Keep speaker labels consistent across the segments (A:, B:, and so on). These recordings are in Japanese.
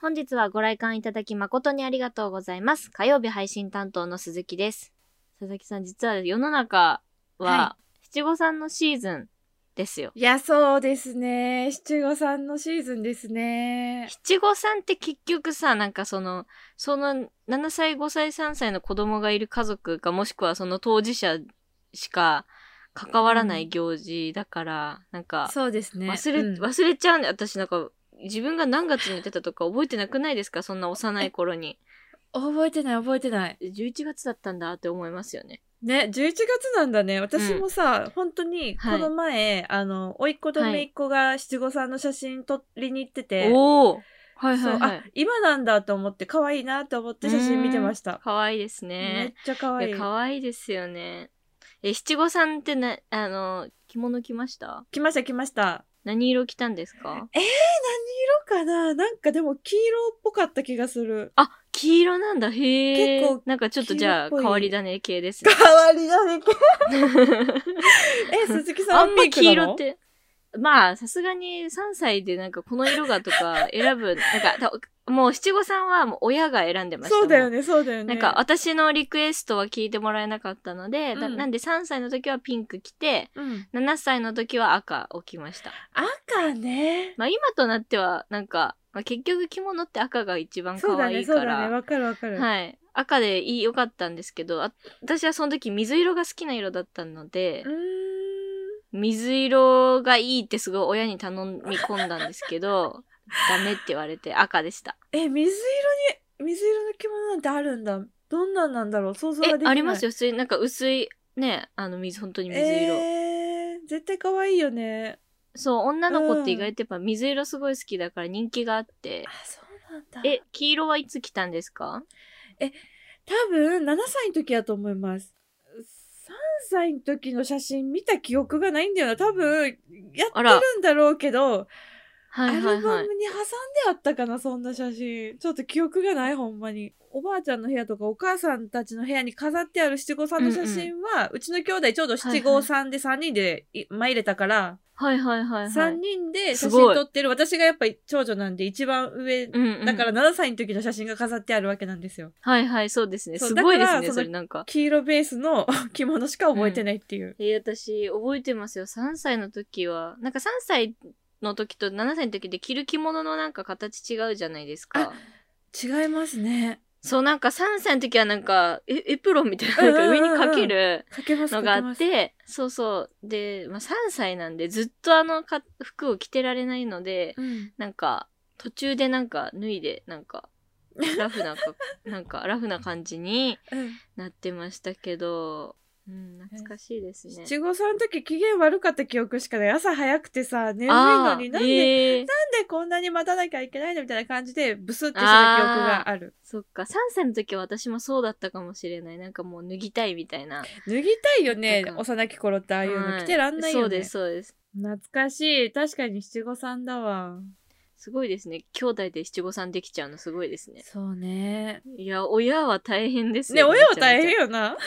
A: 本日はご来館いただき誠にありがとうございます。火曜日配信担当の鈴木です。佐々木さん、実は世の中は
B: は
A: 七五三のシーズンですよ。
B: いや、そうですね。七五三のシーズンですね。
A: 七五三って結局さ、なんかその、その7歳、5歳、3歳の子供がいる家族か、もしくはその当事者しか関わらない行事だから、なんか、
B: そうですね。
A: 忘れ、
B: うん
A: 忘れちゃうんだよ私なんか、自分が何月に出たとか覚えてなくないですかそんな幼い頃に。
B: 覚えてない、覚えてない。
A: 11月だったんだって思いますよね。
B: ね、11月なんだね。私もさ、本当に、
A: は
B: こ
A: い
B: の前、あの、甥っ子と
A: はい
B: 姪っ子が七五三の写真撮りに行ってて、
A: おおはい
B: そう
A: はいはい
B: あ。今なんだと思って、可愛いなと思って写真見てました。
A: かわいいです
B: めっ
A: ね。
B: ちゃ可
A: い
B: 愛い
A: や、。かわいいですよね。え、七五三ってな、あの、着物着ました
B: 来ました、来ました。
A: 何色着たんですか
B: え、何色かななんかでも黄色っぽかった気がする。
A: あ、黄色なんだ。へえ。
B: 結構
A: なんかちょっとじゃあ、
B: 黄色っぽ
A: 変
B: い
A: わり種系です ね。
B: 変わりだね。え、鈴木さ
A: あ
B: ん
A: ん
B: は
A: ま
B: ピンクなの
A: 黄色って。まあ、さすがに3歳でなんかこの色がとか選ぶ、なんか、たもう七五三はもう親が選んでました。
B: そうだよね、そうだよ
A: な
B: ね。
A: んか、私のリクエストは聞いてもらえなかったので、だ
B: うん
A: なんで3歳の時はピンク着て、
B: うん、
A: 7歳の時は赤を着ました。
B: 赤ね。
A: まあ今となってはなんか、まあ、結局着物って赤が一番
B: そう
A: 可
B: だ
A: 愛
B: ね、
A: いか
B: そうだね、
A: ら、
B: わかるわかる。
A: はい。赤でいい良かったんですけどあ私はその時水色が好きな色だったので
B: うー、ん。
A: 水色がいいってすごい親に頼み込んだんですけ ど、ダメって言われて赤でした。
B: え、水色に、水色の着物なんてあるんだ。どんなんなんだろう想像が
A: え
B: でき、ない。
A: あります
B: よ、
A: よ。普通になんか薄い、ね、あの水、本当に水色。
B: えー、絶対可愛いよね。
A: そう、女の子っ
B: うん
A: て意外とやっぱ水色すごい好きだから人気があって
B: あ。、そうなんだ。
A: え、、黄色はいつ来たんですか
B: 多分、7歳の時やと思います。3歳の時の写真見た記憶がないんだよな。多分、やって
A: あら
B: るんだろうけど、
A: はい
B: ア
A: は
B: ル
A: い
B: バ
A: は
B: ム
A: い。
B: に挟んであったかなそんな写真ちょっと記憶がないほんまにおばあちゃんの部屋とかお母さんたちの部屋に飾ってある七五三の写真は、うちの兄弟ちょうど七五三で3人でい参入れたから、
A: はいはいはいは
B: 三
A: い。
B: 3人で
A: す
B: 写
A: ご
B: 真
A: い
B: 撮ってる私がやっぱり長女なんで一番上
A: うんうん、
B: だから7歳の時の写真が飾ってあるわけなんですよ
A: はいはい、そうですね。
B: そう
A: すごいで
B: だ
A: す
B: から
A: ね、
B: その
A: それなんか。
B: 黄色ベースの 着物しか覚えてないっていう、
A: えー私、覚えてますよ。3歳の時は、なんか3歳の時と7歳の時で着る着物のなんか形違うじゃないですか
B: あ。違いますね
A: そう、なんか3歳の時はなんか、えエプロンみたいな、なんか
B: うんうん
A: 上
B: うん
A: に
B: うん
A: かける。
B: かけます
A: の
B: か
A: が
B: け
A: あ
B: ま
A: っ
B: す
A: て、そうそう。で、まあ、3歳なんで、ずっとあのか服を着てられないので、
B: うん
A: なんか、途中でなんか脱いで、なんか、ラフ なか、なんか、ラフな感じに
B: うん
A: なってましたけど、うん、懐かしいですね。
B: 七五三の時機嫌悪かった記憶しかない朝早くてさ眠いの
A: あ
B: に
A: ー
B: なんで、
A: へー
B: なんでこんなに待たなきゃいけないのみたいな感じでブスってした記憶がある
A: そっか、3歳の時は私もそうだったかもしれない。なんかもう脱ぎたいみたいな。
B: 脱ぎたいよね
A: なんか
B: 幼き頃ってああいうの着てらんないよね、
A: そうです、そうです。
B: 懐かしい確かに七五三だわ
A: すごいですね。兄弟で七五三できちゃうのすごいですね。
B: そうね
A: いや、親は大変です
B: ね
A: よ
B: 親は大変
A: よ
B: よ
A: は
B: な
A: い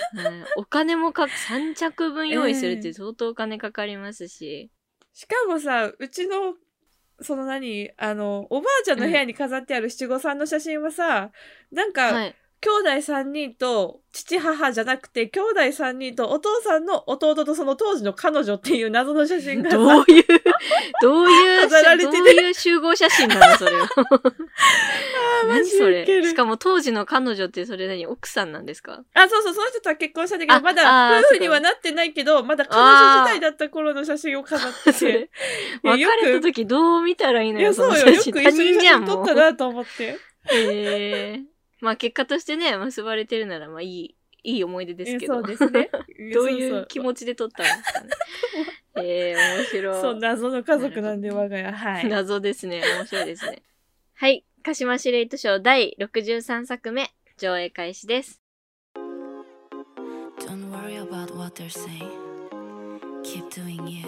A: お金もか、3着分用意するって相当お金かかりますし。
B: しかもさうちのその何あのおばあちゃんの部屋に飾ってある七五三の写真はさ、なんか、
A: はい。
B: 兄弟3人と父母じゃなくて兄弟3人とお父さんの弟とその当時の彼女っていう謎の写真 が
A: どう
B: さ
A: いう、どういう、
B: 飾られてて
A: どういう集合写真なのそれ は。
B: マ
A: 何
B: ジ
A: そ
B: ウ
A: れ。
B: ケる
A: しかも当時の彼女ってそれ何奥さんなんです か
B: あそうそうその人とは結婚したんだけど
A: あ
B: ま
A: あー
B: だ夫婦に
A: そ
B: は
A: う
B: なってないけどまだ彼女時代だった頃の写真を飾って
A: それ
B: て。
A: 別
B: いや
A: れ
B: よ
A: た
B: く
A: 時どう見たらいいの
B: いや
A: よ、そ
B: そ
A: の
B: うよ
A: 写真。
B: よく
A: 他
B: 一緒に
A: 人
B: 写
A: じゃん、
B: 真撮
A: も
B: っ
A: う
B: た。なと思って
A: えーまあ結果としてね、結ばれてるなら、まあいい、いい思い出ですけど。
B: そうですね
A: どういう気
B: ち
A: 持ちで撮ったんですかね。えー、面白い。
B: そう謎の家族なんで我が家はい
A: 謎ですね。面白いですね。はい。鹿島司令図賞第63作目、上映開始です。
C: Don't worry about what they're saying. Keep doing you,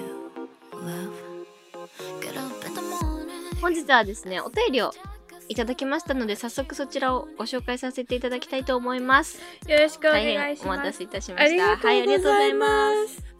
C: love. Get up in the morning.
A: 本日はですね、お便りをいただきましたので、早速そちらをご紹介させていただきたいと思います。
B: よろしくお
A: 大変
B: 願いし
A: お待
B: ま
A: た
B: す
A: せいたしま
B: あ
A: し
B: り
A: た。
B: がとうござ
A: は
B: い
A: い、ありがとうございます。
B: ます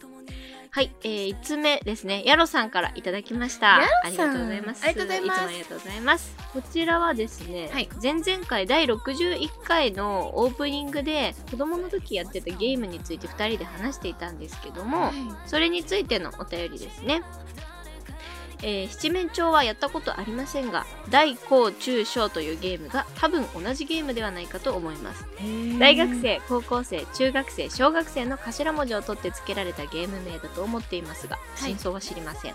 A: はい、えー、5つ目ですね。ヤロさんからいただきました。
D: ヤ
A: あ
D: ロ
A: り
D: さん
A: がとうございます。
D: ありがとうございます
A: つもありがとうございます。こちらはですね、
D: はい
A: 前々回第61回のオープニングで子供の時やってたゲームについて2人で話していたんですけども、それについてのお便りですね。えー七面鳥はやったことありませんが大高中小というゲームが多分同じゲームではないかと思います大学生高校生中学生小学生の頭文字を取って付けられたゲーム名だと思っていますが
D: い
A: 真相は知りません、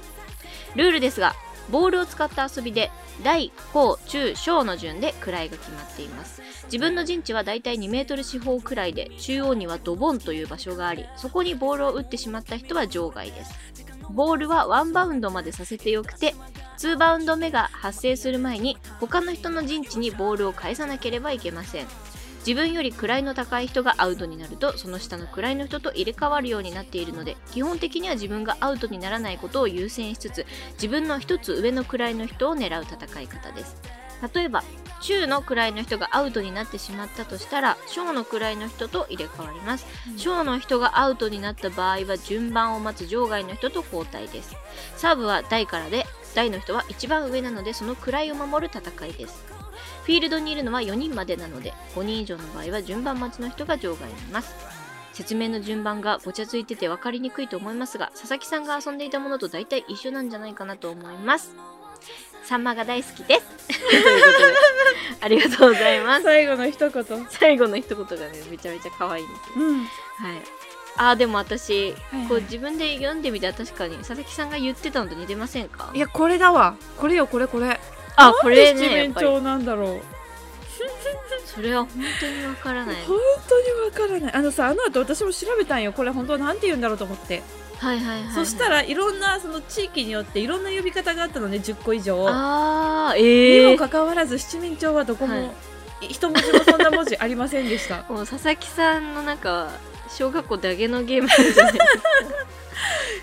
A: ルールですがボールを使った遊びで大高中小の順で位が決まっています自分の陣地はだいたい2メートル四方くらいで中央にはドボンという場所がありそこにボールを打ってしまった人は場外ですボールはワンバウンドまでさせてよくて2バウンド目が発生する前に他の人の陣地にボールを返さなければいけません自分より位の高い人がアウトになるとその下の位の人と入れ替わるようになっているので基本的には自分がアウトにならないことを優先しつつ自分の一つ上の位の人を狙う戦い方です例えば中の位の人がアウトになってしまったとしたら小の位の人と入れ替わります小の人がアウトになった場合は順番を待つ場外の人と交代ですサーブは台からで台の人は一番上なのでその位を守る戦いですフィールドにいるのは4人までなので5人以上の場合は順番待ちの人が場外にいます説明の順番がごちゃついてて分かりにくいと思いますが佐々木さんが遊んでいたものと大体一緒なんじゃないかなと思いますサンマが大好きですということで ありがとうございます
B: 最後の一言。
A: 最後の一言がねめちゃめちゃ可愛いんですよ
B: うん。
A: はい、あーでも私、
B: いはい
A: こう自分で読んでみたら確かに佐々木さんが言ってたのと似てませんか
D: いやこれだわこれよこれこれ
A: あこれ
B: 七
A: ねやっ
B: 面
A: ぱり
B: 鳥なんだろう。
A: それは本当にわからない
B: 本当にわからない。あのさ、あの後私も調べたんよ。これ本当はなんて言うんだろうと思って。
A: はいはいはい
B: そした
A: ら
B: らいろんなその地域によっていろんな呼び方があったのね、10個以上。
A: あー
B: に
A: え
B: も
A: え
B: かかわらず七面鳥はどこも、
A: はい
B: 一文字もそんな文字ありませんでした
A: もう佐々木さんのなんか小学校だけのゲームじゃない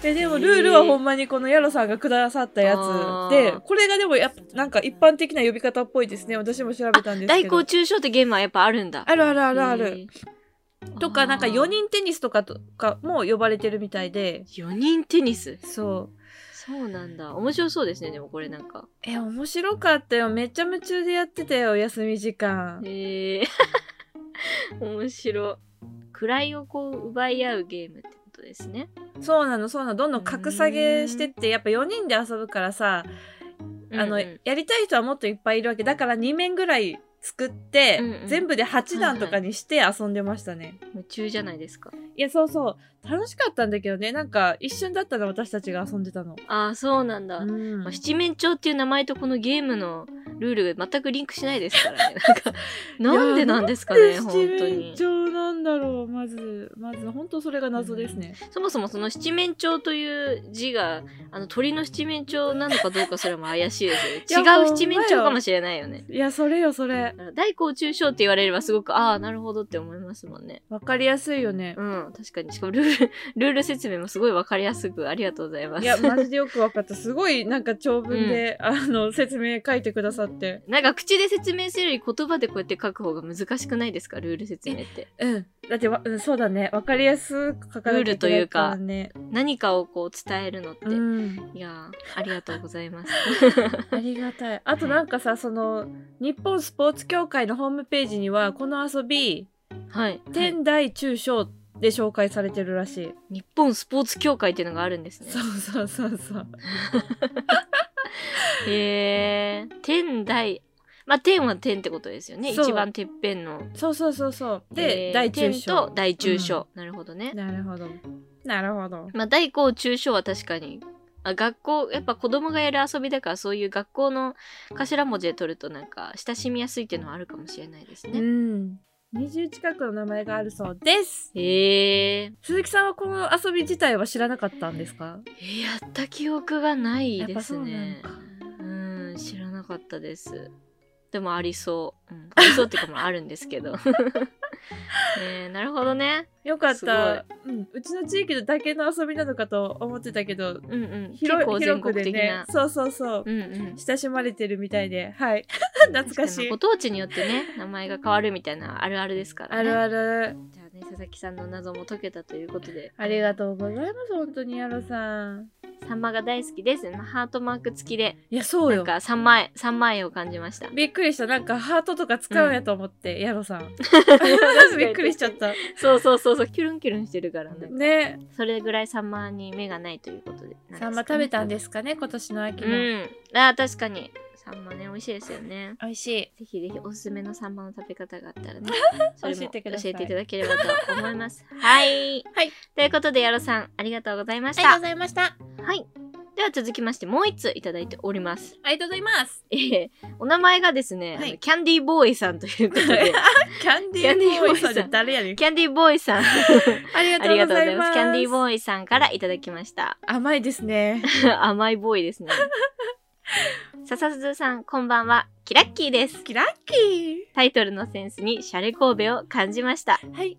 B: えでもルールはほんまにこのヤロさんがくださったや
A: あ
B: つ
A: ー
B: でこれがでもやっぱなんか一般的な呼び方っぽいですね私も調べたん です
A: 大
B: けど
A: 高中小ってゲームはやっぱあるんだ
B: あるあるあるあ
A: へ
B: る、
A: ー
B: とかなんか
A: あー
B: 4人テニスとかとかも呼ばれてるみたいで
A: 4人テニス
B: そう
A: そうなんだ面白そうですねでもこれなんか
B: え面白かったよめっちゃ夢中でやってたよ休み時間
A: へえ 面白い位をこう奪い合うゲームってことですね
B: そうなのそうなのどんどん格下げしてってやっぱ4人で遊ぶからさあの、
A: うんうん
B: やりたい人はもっといっぱいいるわけだから2面ぐらい作って、
A: うんうん
B: 全部で8段とかにして遊んでましたね、い
A: 夢中じゃないですか
B: やそうそう楽しかったんだけどねなんか一瞬だったの私たちが遊んでたの、
A: ああそうなんだ、
B: うん
A: まあ、七面鳥っていう名前とこのゲームのルールが全くリンクしないです からねなんかなんでなんですか
B: なんで
A: ね
B: 七
A: 本当
B: 面
A: に
B: 鳥なんだろうまずまず本当それが謎ですね、
A: そもそもその七面鳥という字があの鳥の七面鳥なのかどうかそれも怪 しいですよ
B: いや
A: ね違う七面鳥かもしれないよね
B: いやそれよそれ
A: だから大高中小って言われればすごくああなるほどって思いますもんね
B: わかりやすいよね、
A: うん、確かに。しかもルール、 ルール説明もすごいわかりやすく、ありがとうございます。
B: いやマジでよくわかったすごいなんか長文で、あの説明書いてくださって
A: なんか口で説明するより言葉でこうやって書く方が難しくないですかルール説明って。
B: うんだってわ、うん、そうだねわかりやすく書かなきゃけならね
A: 何かをこう伝えるのって。
B: うん
A: いやー、ありがとうござい ます。
B: ありが たい。あとなんかさ、その日本スポーツ協会のホームページにはこの遊び
A: はい。
B: 天台中小で紹介されてるらしい。
A: 日本スポーツ協会っていうのがあるんですね
B: そ。うそうそうそう。
A: へー。天台。まあ、天は天ってことですよね。
B: そう
A: 一番てっぺんの。
B: そうそうそうそう。で、
A: えー
B: 大中
A: 天と
B: 小。
A: 大中小。なるほどね。
B: なるほど。なるほど。
A: まあ、大高中小は確かにあ学校やっぱ子供がやる遊びだからそういう学校の頭文字で取るとなんか親しみやすいっていうのはあるかもしれないです
B: う
A: ね。
B: ん。20近くの名前があるそうです。
A: へえ
B: 鈴木さんはこの遊び自体は知らなかったんですか
A: ー、やった記憶がない
B: やっ
A: で
B: ぱそ
A: す
B: うな
A: ね
B: ん。か。
A: うん知らなかったです。でもありそう。うん、ありそうっていうかまああるんです けど。えー、なるほどね。
B: よかった、うん。うちの地域だけの遊びなのかと思ってたけど、
A: うんうん。 結
B: 広い
A: 構
B: 広
A: 全
B: く
A: 国
B: で
A: 的
B: ね
A: な。。
B: そうそうそう。
A: うんうん。
B: 親しまれてるみたいで、はい。 懐かし
A: 確に
B: い
A: ご。当地によってね名前が変わるみたいなのはあるあるですから、ね。
B: あるある。
A: じゃあね、佐々木さんの謎も解けたということで
B: ありがとうございます、本当にやろさん。
A: サンマが大好きですハートマーク付きで
B: いや、そう
A: なん
B: よ。
A: か三枚三枚を感じました
B: びっくりした。なんかハートとか使うんやと思って、やろ さん。びっくりしちゃった。
A: そうそうそうそうキュルンキュルンしてるからね
B: ね、
A: それぐらいサンマに目がないということで
B: サンマ食べたんですすかね、今年の秋
A: か
B: の。
A: ねうんあー確かにサンマね美味しいですよね
B: 美味しい。
A: ぜひぜひおすすめのサンマの食べ方があったら ね、それも
B: 教えてください
A: 教えていただければと思います。はい。
B: はい
A: ということで、やろさん、ありがとうございま
B: あ
A: し
B: りがと
A: た。
B: うございました。
A: はい。では続きまして、もう一ついただいております。
B: ありがとうござい ます。
A: えー、お名前がですね、あの
B: はい
A: キャンディーボーイさんということ で、
B: キャンデ
A: キャンディーボーイさん
B: って誰やねん。
A: キャンディーボーイさん、
B: あり
A: ありが
B: がと
A: とう
B: うご
A: ご
B: ざ
A: ざ
B: い
A: い
B: ま。
A: ますす。キャンディーボーイさんからいただきました。
B: 甘いですね。
A: 甘いボーイ ですね。笹鈴さん、こんばんは。キラッキーです。
B: キラッキ
A: タイトルのセンスにシャレ神戸を感じました。
B: ー。はい。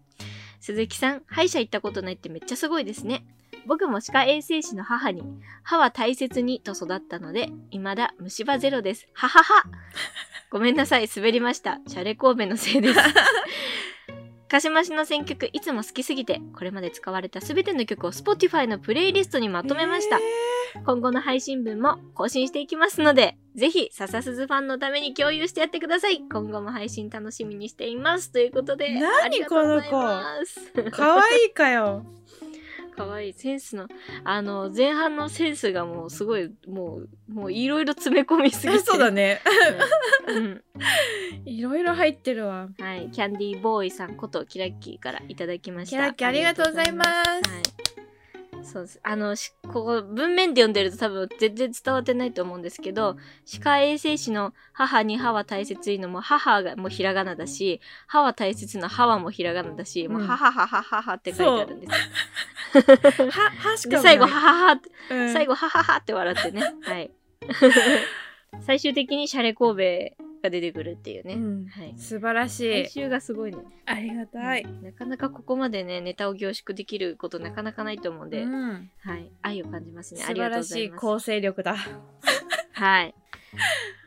A: 鈴木さん、歯医者行ったことないってめっちゃすごいですね。僕も歯科衛生士の母に、歯は大切にと育ったので、未だ虫歯ゼロです。はは は。ごめんなさい、滑りました。シャレ神戸のせい です。鹿島市の選曲、いつも好きすぎて、これまで使われた全ての曲を Spotify のプレイリストにまとめました。
B: え
A: 今後の配信分も更新していきますので、ぜひ、笹鈴ファンのために共有してやってください。今後も配信楽しみにしています。ということで、
B: 何
A: ありがとうございます。
B: ーかわいいかよ。
A: かわいい。センスの、あの、前半のセンスがもうすごい、もう、もういろいろ詰め込みすぎて。
B: そうだね。
A: うん。
B: いろいろ入ってるわ。
A: はい。キャンディーボーイさんことキラッキーからいただきました。
B: キラッキーありがとうございます
A: はい。そうです。あの、しここ、文面で読んでると多分全然伝わってないと思うんですけど、歯科衛生士の母に歯は大切いのも、母がもうひらがなだし、歯は大切な歯はもうひらがなだし、もう、
B: うん
A: ははははははって書いてあるんです。
B: は、はしか
A: で、
B: もない
A: 最後、はははって
B: うん
A: 最後、はははって笑ってね。 はい。最終的にシャレ神戸が出てくるっていうね。
B: うん
A: はい。
B: 素晴らし
A: 最
B: い。
A: 終がすごいね。
B: ありが
A: う。んなかなかここまでね、ネタを凝縮できることなかなかないと思うんで、
B: うん、
A: はい。愛を感じますね。
B: 素
A: ありがと
B: 晴
A: う
B: ら
A: ご
B: し
A: ざい
B: い
A: ます。
B: 構成力だ。
A: はい。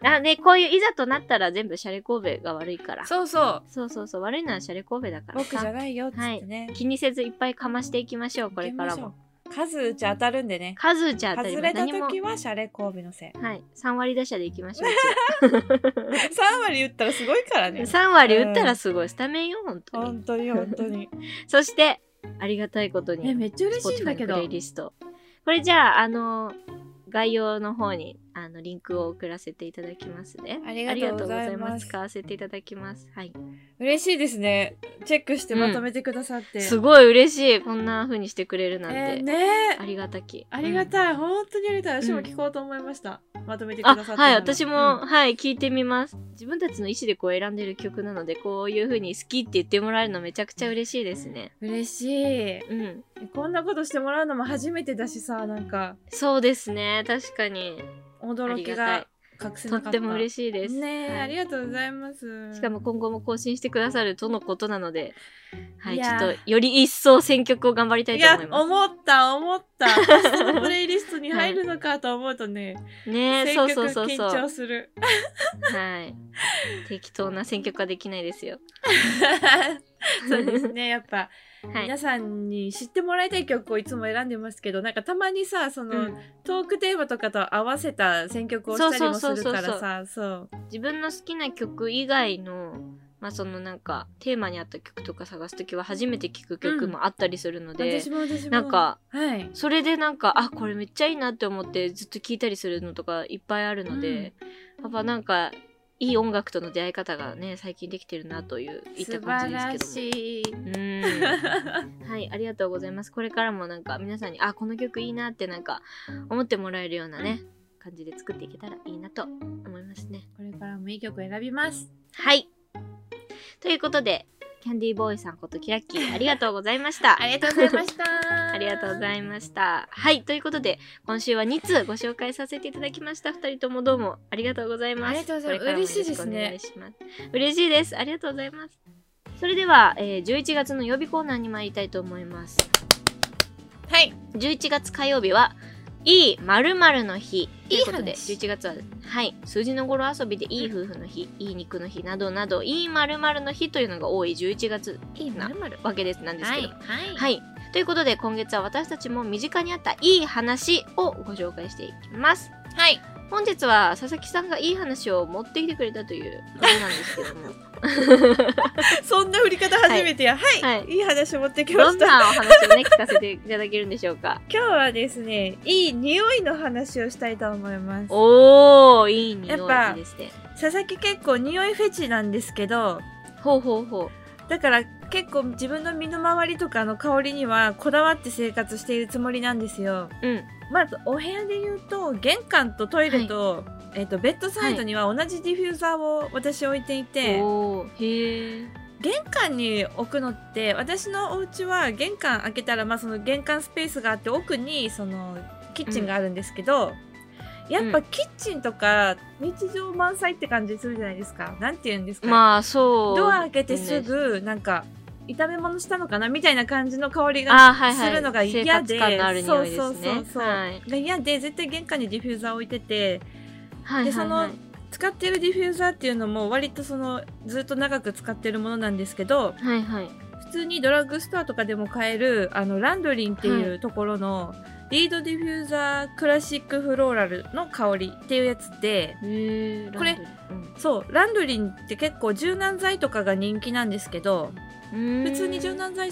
A: あ、ね、こういういざとなったら全部シャレ神戸が悪いから。
B: そうそう。
A: そうそうそう。悪いのはシャレ神戸だから
B: 僕じゃ
A: さ。
B: ないよっつってね。
A: 気にせずいっぱいかましていきましょう、これからも。
B: 数打ち当たるんでね。
A: 数打ちゃ当たり
B: 外
A: 前
B: れた
A: 何も。
B: 時はシャレ神戸のせい。
A: はい。3割打者でいきましょう。うちは
B: 3割言ったらすごいからね。
A: 3割打ったらすごい、スタメンよ本当に
B: 本当に本当に。
A: そしてありがたいことに
B: え、めっちゃ嬉しいんだ
A: Spotify
B: け
A: のプ
B: ど
A: レイ。リストこれじゃああの概要の方にあのリンクを送らせていただきますね
B: ありがとうございます
A: 使わせていただきますはい
B: 嬉しいですね。チェックしてまとめてくださって。
A: すごい嬉しいこんな風にしてくれるなんて、
B: えーねえ
A: ありがたき
B: ありがたい。本当にありがたい。私も聞こうと思いました。まとめてくだ
A: あ
B: さって。
A: はい私も、はい聞いてみます自分たちの意思でこう選んでる曲なのでこういう風に好きって言ってもらえるのめちゃくちゃ嬉しいですね
B: うん。嬉しい。
A: うん
B: こんなことしてもらうのも初めてだしさ、なんか、
A: そうですね確かに
B: 驚きが隠せ
A: と
B: な
A: っ
B: かっ
A: て
B: た。
A: も嬉
B: し
A: しいです
B: ねえ、
A: はい
B: ありがとうございます。
A: しかも、今後も更新してくださるとのことなので、はいい、ちょ
B: やー
A: っとより一層選曲を頑張りたい
B: い
A: と
B: や
A: 思い、ま
B: 思った、思った。そのプレイリストに入るのかと思うとね、
A: す。 ねえ、
B: 選
A: そう
B: 曲
A: そうそう
B: 緊
A: そう。
B: 張 する。
A: はい。適当な選曲はできないですよ。
B: そう ですね、やっぱ、
A: はい。
B: 皆さんに知ってもらいたい曲をいつも選んでますけど、なんかたまにさ、その、
A: うん
B: トークテーマとかと合わせた選曲をしたりもするからさ、そう。
A: 自分の好きな曲以外の、まあそのなんかテーマに合った曲とか探すときは初めて聴く曲もあったりするので、
B: 私も私も。
A: なんか、
B: はい。
A: それでなんかあこれめっちゃいいなって思ってずっと聴いたりするのとかいっぱいあるので、やっぱなんかいい音楽との出会い方がね最近できてるなといういった
B: 素
A: 感
B: 晴
A: じ
B: ら
A: ですけども。
B: しい。
A: うーんはいありがとうございますこれからもなんか皆さんにあこの曲いいなってなんか思ってもらえるようなね感じで作っていけたらいいなと思いますね
B: これからもいい曲選びます。
A: はいということでキャンディーボーイさんことキラッキーありがとうございました
B: ありがとうございまし た。
A: ありがとうご
B: い
A: ざいました。はい、ということで、今週は2通ご紹介させていただきました。2人ともどうもありがとうございます。
B: ありがとうござい
A: これ
B: ます
A: からもよろく
B: 嬉しいですね
A: お願いします。嬉しいです。ありがとうございます。それでは、えー11月の予備コーナーに参りたいと思います。
B: ます。はい。
A: 11月火曜日は、いい〇〇の日、ということで、
D: いい話
A: 11月は、はい、数字の語呂遊びでいい夫婦の日、いい肉の日などなど、いい〇〇の日というのが多い11月
D: いい
A: な
D: まる
A: わけです、なんですけど。
D: はい
A: はい。ということで、今月は私たちも身近にあったいい話をご紹介していきます。
D: はい
A: 本日は佐々木さんがいい話を持ってきてくれたということなんですけども、
B: そんな振り方初めてや。はい。
A: はい
B: い、い話持ってきま
A: どん
B: した。
A: なお話をね、聞かせていただけるんでしょう か。
B: 今日はですね、いい匂いの話をしたいと思います。
A: おー、いい匂いですね。
B: 佐々木結構匂いフェチなんですけど、
A: ほうほうほ
B: だから結構自分の身の回りとかの香りにはこだわって生活しているつもりなんですよ。
A: う。うん。
B: まずお部屋で言うと玄関とトイレと,、えっとベッドサイドには同じディフューザーを私置いていて、
A: おー、へー。
B: 玄関に置くのって私のお家は玄関開けたら、まあ、その玄関スペースがあって奥にそのキッチンがあるんですけど、やっ
A: う
B: ぱキッチンとか日常満載って感じするじゃないですか。なんて言うんですか、
A: まあ、そう。
B: ドア開けてすぐなんか炒め物したのかなみたいな感じの香り
A: あ
B: が
A: ーはいはい
B: するのが嫌で、
A: 生活感のある匂いですね
B: そうそうそうそう、
A: はい
B: が嫌で絶対玄関にディフューザー置いてて
A: はいはいはい、
B: でその使ってるディフューザーっていうのも割とそのずっと長く使ってるものなんですけど
A: はいはい。
B: 普通にドラッグストアとかでも買えるあのランドリンっていうところの、リードディフューザークラシックフローラルの香りっていうやつで
A: へー、
B: こ
A: ラン
B: れ
A: ドリー、
B: そうランドリンって結構柔軟剤とかが人気なんですけど
A: うん、
B: 普通に柔軟剤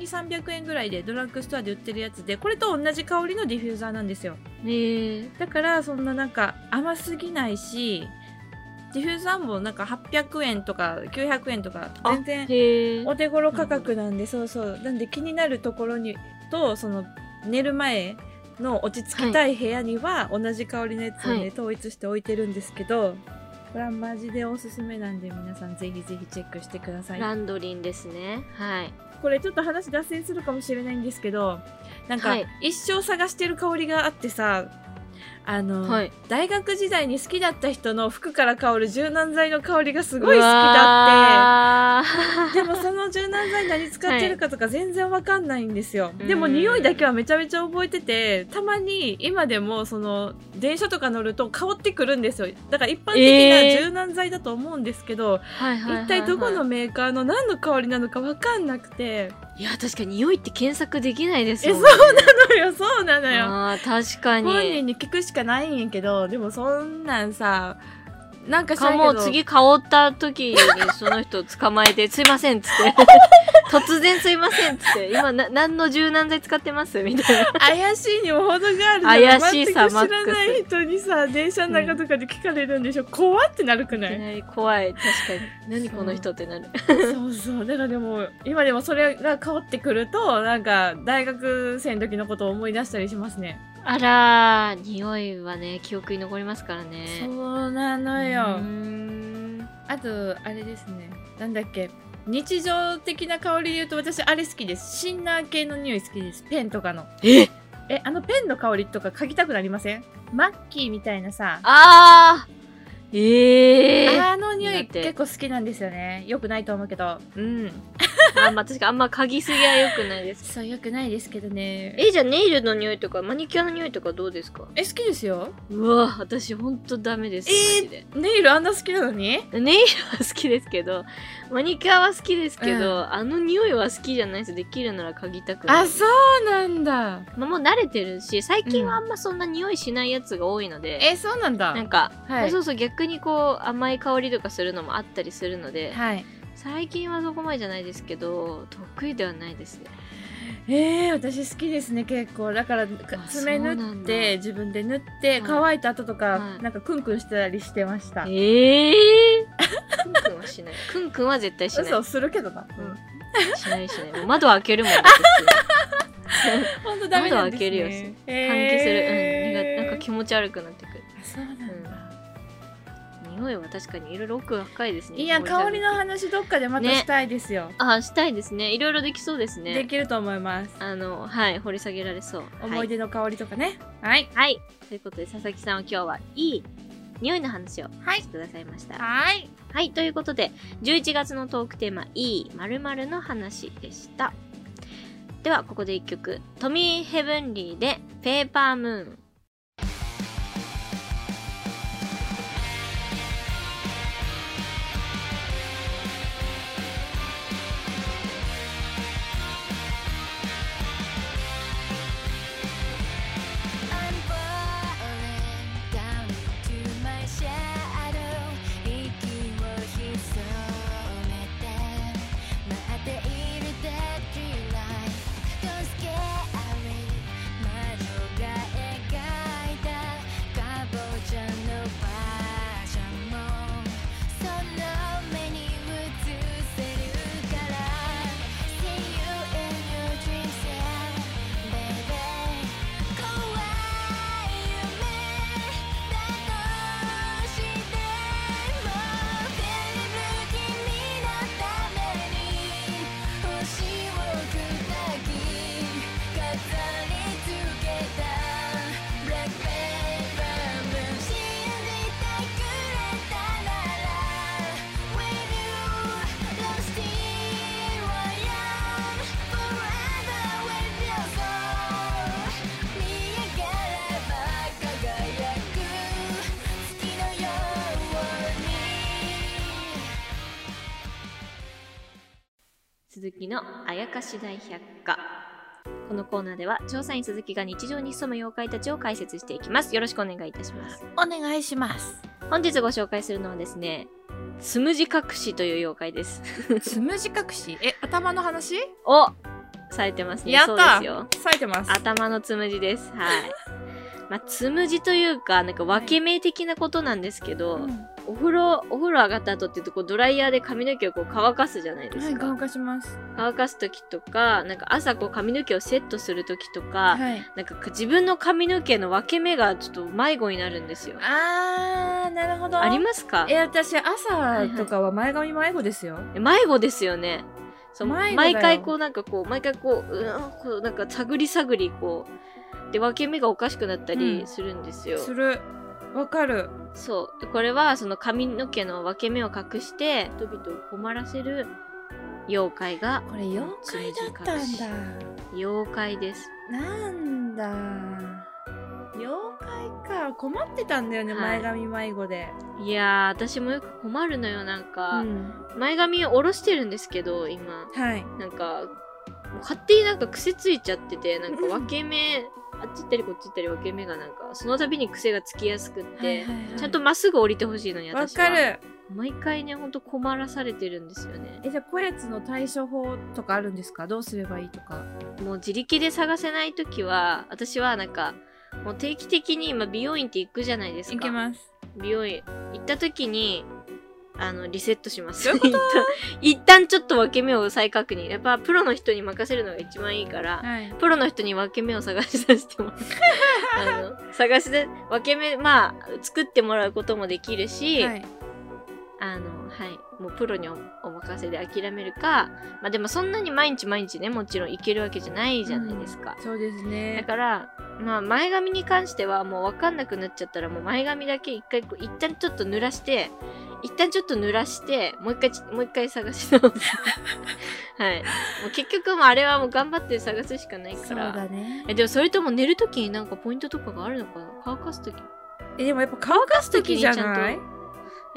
B: 1200300円ぐらいでドラッグストアで売ってるやつでこれと同じ香りのディフューザーなんですよ
A: へー。
B: だからそんななんか甘すぎないしディフューザーもなんか800円とか900円とか
A: あ
B: 全然
A: へー。
B: お手頃価格なんでそうそうなんで気になるところにとその寝る前の落ち着きたい部屋には同じ香りのやつをね、
A: はい
B: 統一して置いてるんですけどこれはマジでおすすめなんで皆さんぜひぜひチェックしてください
A: ランドリンですね。はい。
B: これちょっと話脱線するかもしれないんですけどなんか
A: はい
B: 一生探してる香りがあってさあの、
A: はい。
B: 大学時代に好きだった人の服から香る柔軟剤の香りがすごい好きだっ
A: っ
B: て
A: て。
B: でもその柔軟剤何使ってるかとか全然わかんないんですよ、
A: うん
B: でも匂いだけはめちゃめちゃ覚えててたまに今でもその電車とか乗ると香ってくるんですよだから一般
A: え
B: 的
A: ー
B: な柔軟剤だと思うんですけ
A: は
B: ど、
A: いはいはいはい
B: 一体どこのメーカーの何の香りなのかわかんなくて、
A: いや確かに匂いって検索できないですもん、ね、
B: そうなのよ
A: あー確か
B: 本人
A: に
B: に聞くしかないんやけどでもそんなんさなんかしら
A: か
B: んけ
A: も
B: ど
A: う次香った時にその人捕まえて「すいません」っつ って「突然すいません」っつって「今な何の柔軟剤使ってます?」みたいな
B: 怪しいにも程がある
A: 怪しいさ
B: 全く知ら
A: マ
B: な
A: ッ
B: い人にさ電車の中とかで聞かれるんでしょ、怖ってなるくない
A: き
B: い
A: なり 怖い確かに何この人ってなる
B: そうそうだからでも今でもそれが香ってくるとなんか大学生の時のことを思い出したりしますね
A: あらー匂いはね記憶に残りますからね
B: うな
A: そ
B: の
A: ん
B: あとあれですねなんだっけ日常的な香りで言うと私あれ好きですシンナー系の匂い好きですペンとかの
A: え
B: えあのペンの香りとか嗅ぎたくなりませんマッキーみたいなさ
A: あーええー、
B: あの匂い
A: 苦手
B: 結構好きなんですよね。よくないと思うけど。うん。
A: あまあ確かにあんま嗅ぎすぎは良くないです
B: そう、よくないですけどね。え、
A: えじゃあネイルの匂いとかマニキュアの匂いとかどうですか
B: え好きですよ。
A: うわ私ほんとダメです、
B: えー
A: マジで
B: ネイルあんな好きなのに
A: ネイルは好きですけどマニキュアは好きですけど、あの匂いは好きじゃないですできるなら嗅ぎたくない
B: あ、そうなんだ。
A: まあ、もう慣れてるし最近はあ
B: うん
A: まそんな匂いしないやつが多いので、
B: え、そうなんだ。
A: なんか、
B: はい
A: そうそう逆にこう甘い香りとかするのもあったりするので、
B: はい。
A: 最近はそこまでじゃないですけど得意ではないですね
B: えー、私好きですね、結構。だから、
A: あ
B: 爪
A: そうな
B: 縫っ
A: んだ
B: て、自分で縫って、
A: い
B: 乾いた後とか、
A: はい
B: なんかクンクンしてたりしてました。
A: ええー、 クンクンはしないクンクンは絶対しない
B: 嘘、するけどな。うん。
A: しないしない。窓開けるもん。だって
B: ほんとダメなん
A: 窓
B: ですね。
A: 開けるよ
B: え
A: 換
B: ー
A: 気する。うん苦。なんか気持ち悪くなってくる。
B: あ、そうなんだ。
A: 匂いは確かにいろいろ奥が深いですね。
B: いや、
A: 森さん
B: 香りの。話どっかでまた
A: ね
B: したいですよ。
A: あ、したいですね。いろいろできそうです
B: で
A: ね。
B: きると思います。
A: あの、はい、掘り下げられそう。
B: 思い出の香りとかね。はい。
A: はい。はい。ということで、佐々木さんは今日はいい匂いの話をしてくださいました。はい。
B: はい。
A: ということで、11月のトークテーマ、いい〇〇の話でした。では、ここで一曲。トミー・ヘブンリーで、ペーパームーン。鈴木のあやかし大百科このコーナーでは調査員鈴木が日常に潜む妖怪たちを解説していきますよろしくお願いいたします
B: お願い します。
A: 本日ご紹介するのはですねつむじ隠しという妖怪です
D: つむじ隠しえ頭の話
A: おされてますね
D: やった
A: そうですよ
B: 咲いてます。
A: 頭のつむじですはい まあ、つむじというかなんか分け目的なことなんですけど、お風呂お風呂上がった後ってこうドライヤーで髪の毛をこう乾かすじゃないですか、
D: 化します
A: 乾かす時とかなんか朝こう髪の毛をセットする時とか、
D: はい
A: なんか自分の髪の毛の分け目がちょっと迷子になるんですよ。
B: あー、なるほど。
A: ありますか
B: え、私、朝
A: い
B: とかは前髪迷子ですよ。
A: 迷子ですよね。そう
B: 迷子だよ
A: 毎回こうなんかこう毎回こううーんこうなんか探り探りこうで分け目がおかしくなった
B: う
A: り
B: ん
A: するんですよ。
B: する。わかる。
A: そうでこれはその髪の毛の分け目を隠して人々を困らせる妖怪が
B: これ、妖怪だったんだ。
A: 妖怪です。
B: なんだ。妖怪か。困ってたんだよね、
A: はい
B: 前髪迷子で。
A: いやー私もよく困るのよなん
B: う
A: か、
B: ん。
A: 前髪を下ろしてるんですけど今。
B: はい。
A: なんかもう勝手になんか癖ついちゃっててなんか分け目あっち行ったりこっち行ったり分け目がなんかその度に癖がつきやすくって、
B: はいはいはい
A: ちゃんとまっすぐ降りてほしいのに
B: わ
A: 私は
B: かる。
A: 毎回ねほんと困らされてるんですよね
B: え、じゃあ、こやつの対処法とかあるんですかどうすればいいとか。
A: もう自力で探せない時は私はなんかもう定期的に今美容院って行くじゃないですか
B: ます。
A: 美容院行った時にあのリセットします
B: どういうこ
A: 一旦ちょっと分け目を再確認やっぱプロの人に任せるのが一番いいから、
B: はい。
A: プロの人に分け目を探し出してもらう あの探し出分け目まあ作ってもらうこともできるし、
B: はい。
A: あのはいもうプロにおお任せで諦めるかまあでもそんなに毎日毎日ねもちろんいけるわけじゃないじゃないですか、
B: そうで
A: だ
B: すね。
A: からまあ前髪に関してはもう分かんなくなっちゃったらもう前髪だけ一回こう一旦ちょっと濡らして一旦ちょっと濡らしてもう一回ちもう一回探し直す はいもう結局もうあれはもう頑張って探すしかないから
B: ね
A: えでもそれとも寝るときになんかポイントとかがあるのかな乾かすときい
B: え、でもやっぱ乾かすときじゃない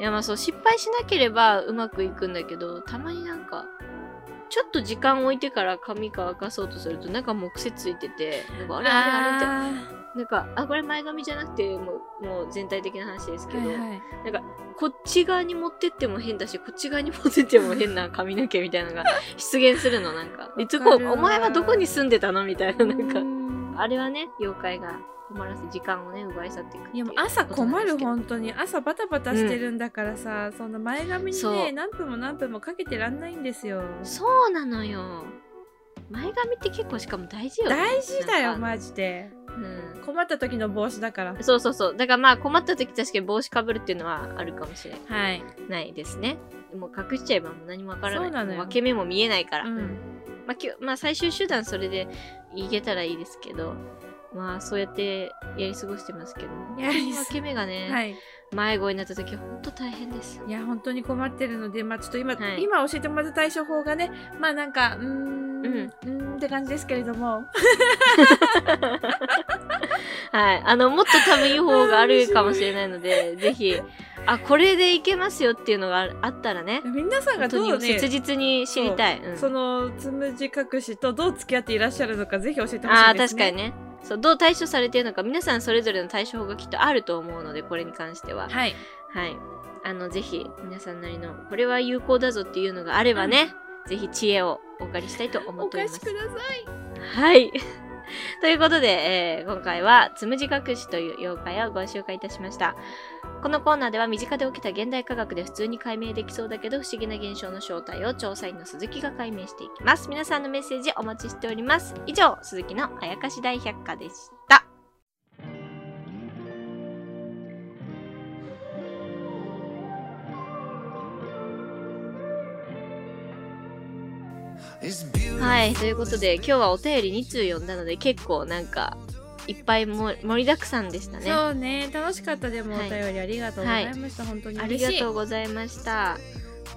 A: やまあそう失敗しなければうまくいくんだけどたまになんかちょっと時間置いてから髪乾かそうとするとなんかもう癖ついててなんかあれあれあれって
B: あ
A: なんかあこれ前髪じゃなくてもうもう全体的な話ですけ
B: ー
A: ど、
B: はいはい。
A: こっち側に持ってっても変だしこっち側に持ってっても変な髪の毛みたいなのが出現するのなんかいつこ
B: る
A: うお前はどこに住んでたのみたいななんか
B: うん
A: あれはね妖怪が困らせ時間をね奪い去っていくって
B: い
A: い
B: や
A: う
B: もう朝
A: ことな
B: 困
A: んです
B: る
A: けど
B: 本当に朝バタバタしてるんだからさ、その前髪に
A: そ
B: ね
A: う
B: 何分も何分もかけてらんないんですよ
A: そうなのよ前髪って結構しかも大事よね
B: 大事だよ
A: なんか
B: マジで
A: うん
B: 困った時の帽子だから
A: そうそうそうだからまあ困った時確かに帽子かぶるっていうのはあるかもしれ
B: はい、
A: ないですねもう隠しちゃえばもう何もわからない
B: そうなのよ
A: もう分け目も見えないから、
B: うん、
A: まあ、きゅまあ最終手段それでいけたらいいですけどまあそうやってやり過ごしてますけど
B: やりす
A: 分け目がね、
B: はい
A: 迷子になった時ほんと大変です
B: いや本当に困ってるのでまあちょっと今、
A: はい
B: 今教えてもらった対処法がねまあなんかうーん
A: うん
B: うーんって感じですけれども
A: はい。あの、もっと多分いい方があるかもしれないの で、ぜひ、あ、これでいけますよっていうのがああったらね、
B: 皆さんが
A: 本
B: ど
A: 当
B: う
A: に切
B: ね
A: 実に知りたい。うん
B: そのつむじ隠しとどう付き合っていらっしゃるのかぜひ教えてほしいですね
A: ああ、確かにね。そう、どう対処されているのか、皆さんそれぞれの対処法がきっとあると思うので、これに関しては。
B: はい
A: はい。あの、ぜひ、皆さんなりの、これは有効だぞっていうのがあればね、ぜひ知恵をお借りしたいと思
B: お
A: っておりま
B: 返し
A: す。
B: ください
A: はい。 ということで、えー今回はつむじ隠しという妖怪をご紹介いたしました。このコーナーでは身近で起きた現代科学で普通に解明できそうだけど不思議な現象の正体を調査員の鈴木が解明していきます。皆さんのメッセージお待ちしております。以上、鈴木のあやかし大百科でした。はい、ということで今日はお便り2通読んだので結構なんかいっぱいも盛りだくさんでしたね。
B: そうね楽しかったでもお
A: はい
B: 便りありがとうございました、本当に
A: ありが
B: 嬉しい
A: とうございました。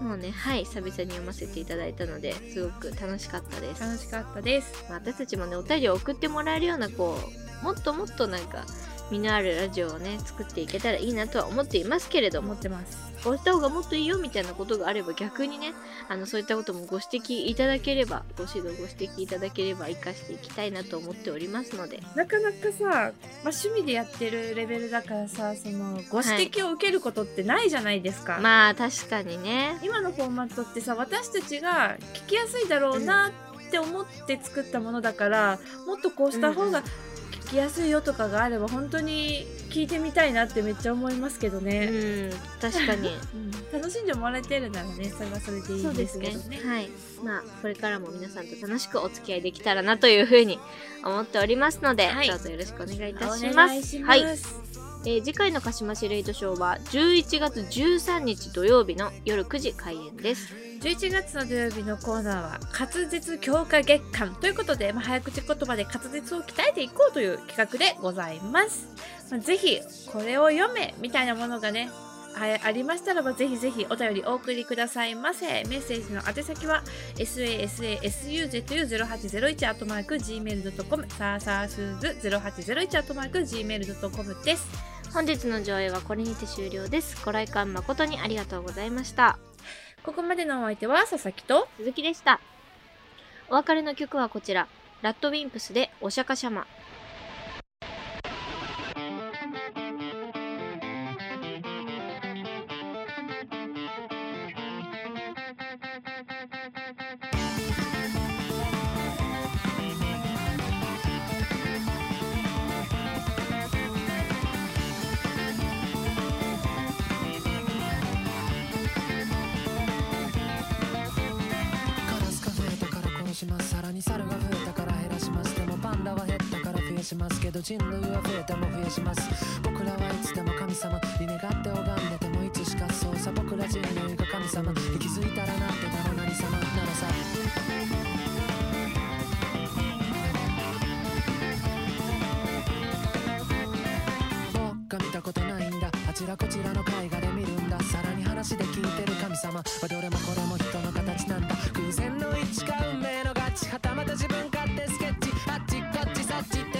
A: もうね、はい、久々に読ませていただいたので、すごく楽しかったです。
B: 楽しかったです
A: まあ私たちもね、お便りを送ってもらえるような、こう、もっともっとなんか、身のあるラジオをね作っていけたらいいなとは思っていますけれども
B: 思ってます。
A: こうした方がもっといいよみたいなことがあれば逆にねあのそういったこともご指摘いただければご指導ご指摘いただければ活かしていきたいなと思っておりますので
B: なかなかさ、まあ、趣味でやってるレベルだからさそのご指摘を受けることってないじゃないですか。
A: まあ確かにね
B: 今のフォーマットってさ私たちが聞きやすいだろうなって思って作ったものだから、もっとこうした方が聞きやすいよとかがあれば本当に聞いてみたいなってめっちゃ思いますけど
A: う
B: ね、
A: ん確かに
B: うん楽しんでもらえてるならねそれはそれでいい
A: そうんで
B: ですすけ
A: ね
B: どね。
A: はいまあこれからも皆さんと楽しくお付き合いできたらなというふうに思っておりますので、
B: はい
A: どうぞよろしくお願いいた
B: お
A: しま
B: 願
A: す
B: いしま
A: は
B: す
A: いえー次回の鹿島シレイトショーは11月13日土曜日の夜9時開演です
B: 11月の土曜日のコーナーは滑舌強化月間ということで、まあ、早口言葉で滑舌を鍛えていこうという企画でございます。まあ、ぜひこれを読めみたいなものがねあありましたらばぜひぜひお便りお送りくださいませメッセージの宛先は sasasuzu0801-gmail.com さあさあすーず 0801-gmail.com です
A: 本日の上映はこれにて終了ですご来館誠にありがとうございました
B: ここまでのお相手は佐々木と
A: 鈴木でしたお別れの曲はこちらラッドウィンプスでお釈迦様
E: カラスが増えたから殺しますさらに猿が増えたから減らしますでもパンダは減ったから増やしますけど人類は増えても増やします僕らはいつでも神様に願って拝んでてもいつしかそうさ僕ら人類が神様に気づいたらなんてなら何様ならさ僕が見たことないんだあちらこちらの絵画で見るんださらに話で聞いてる神様はどれもこれも人の形なんだ偶然の位置か運命のガチはたまた自分勝手スケッチあっちこっちさっち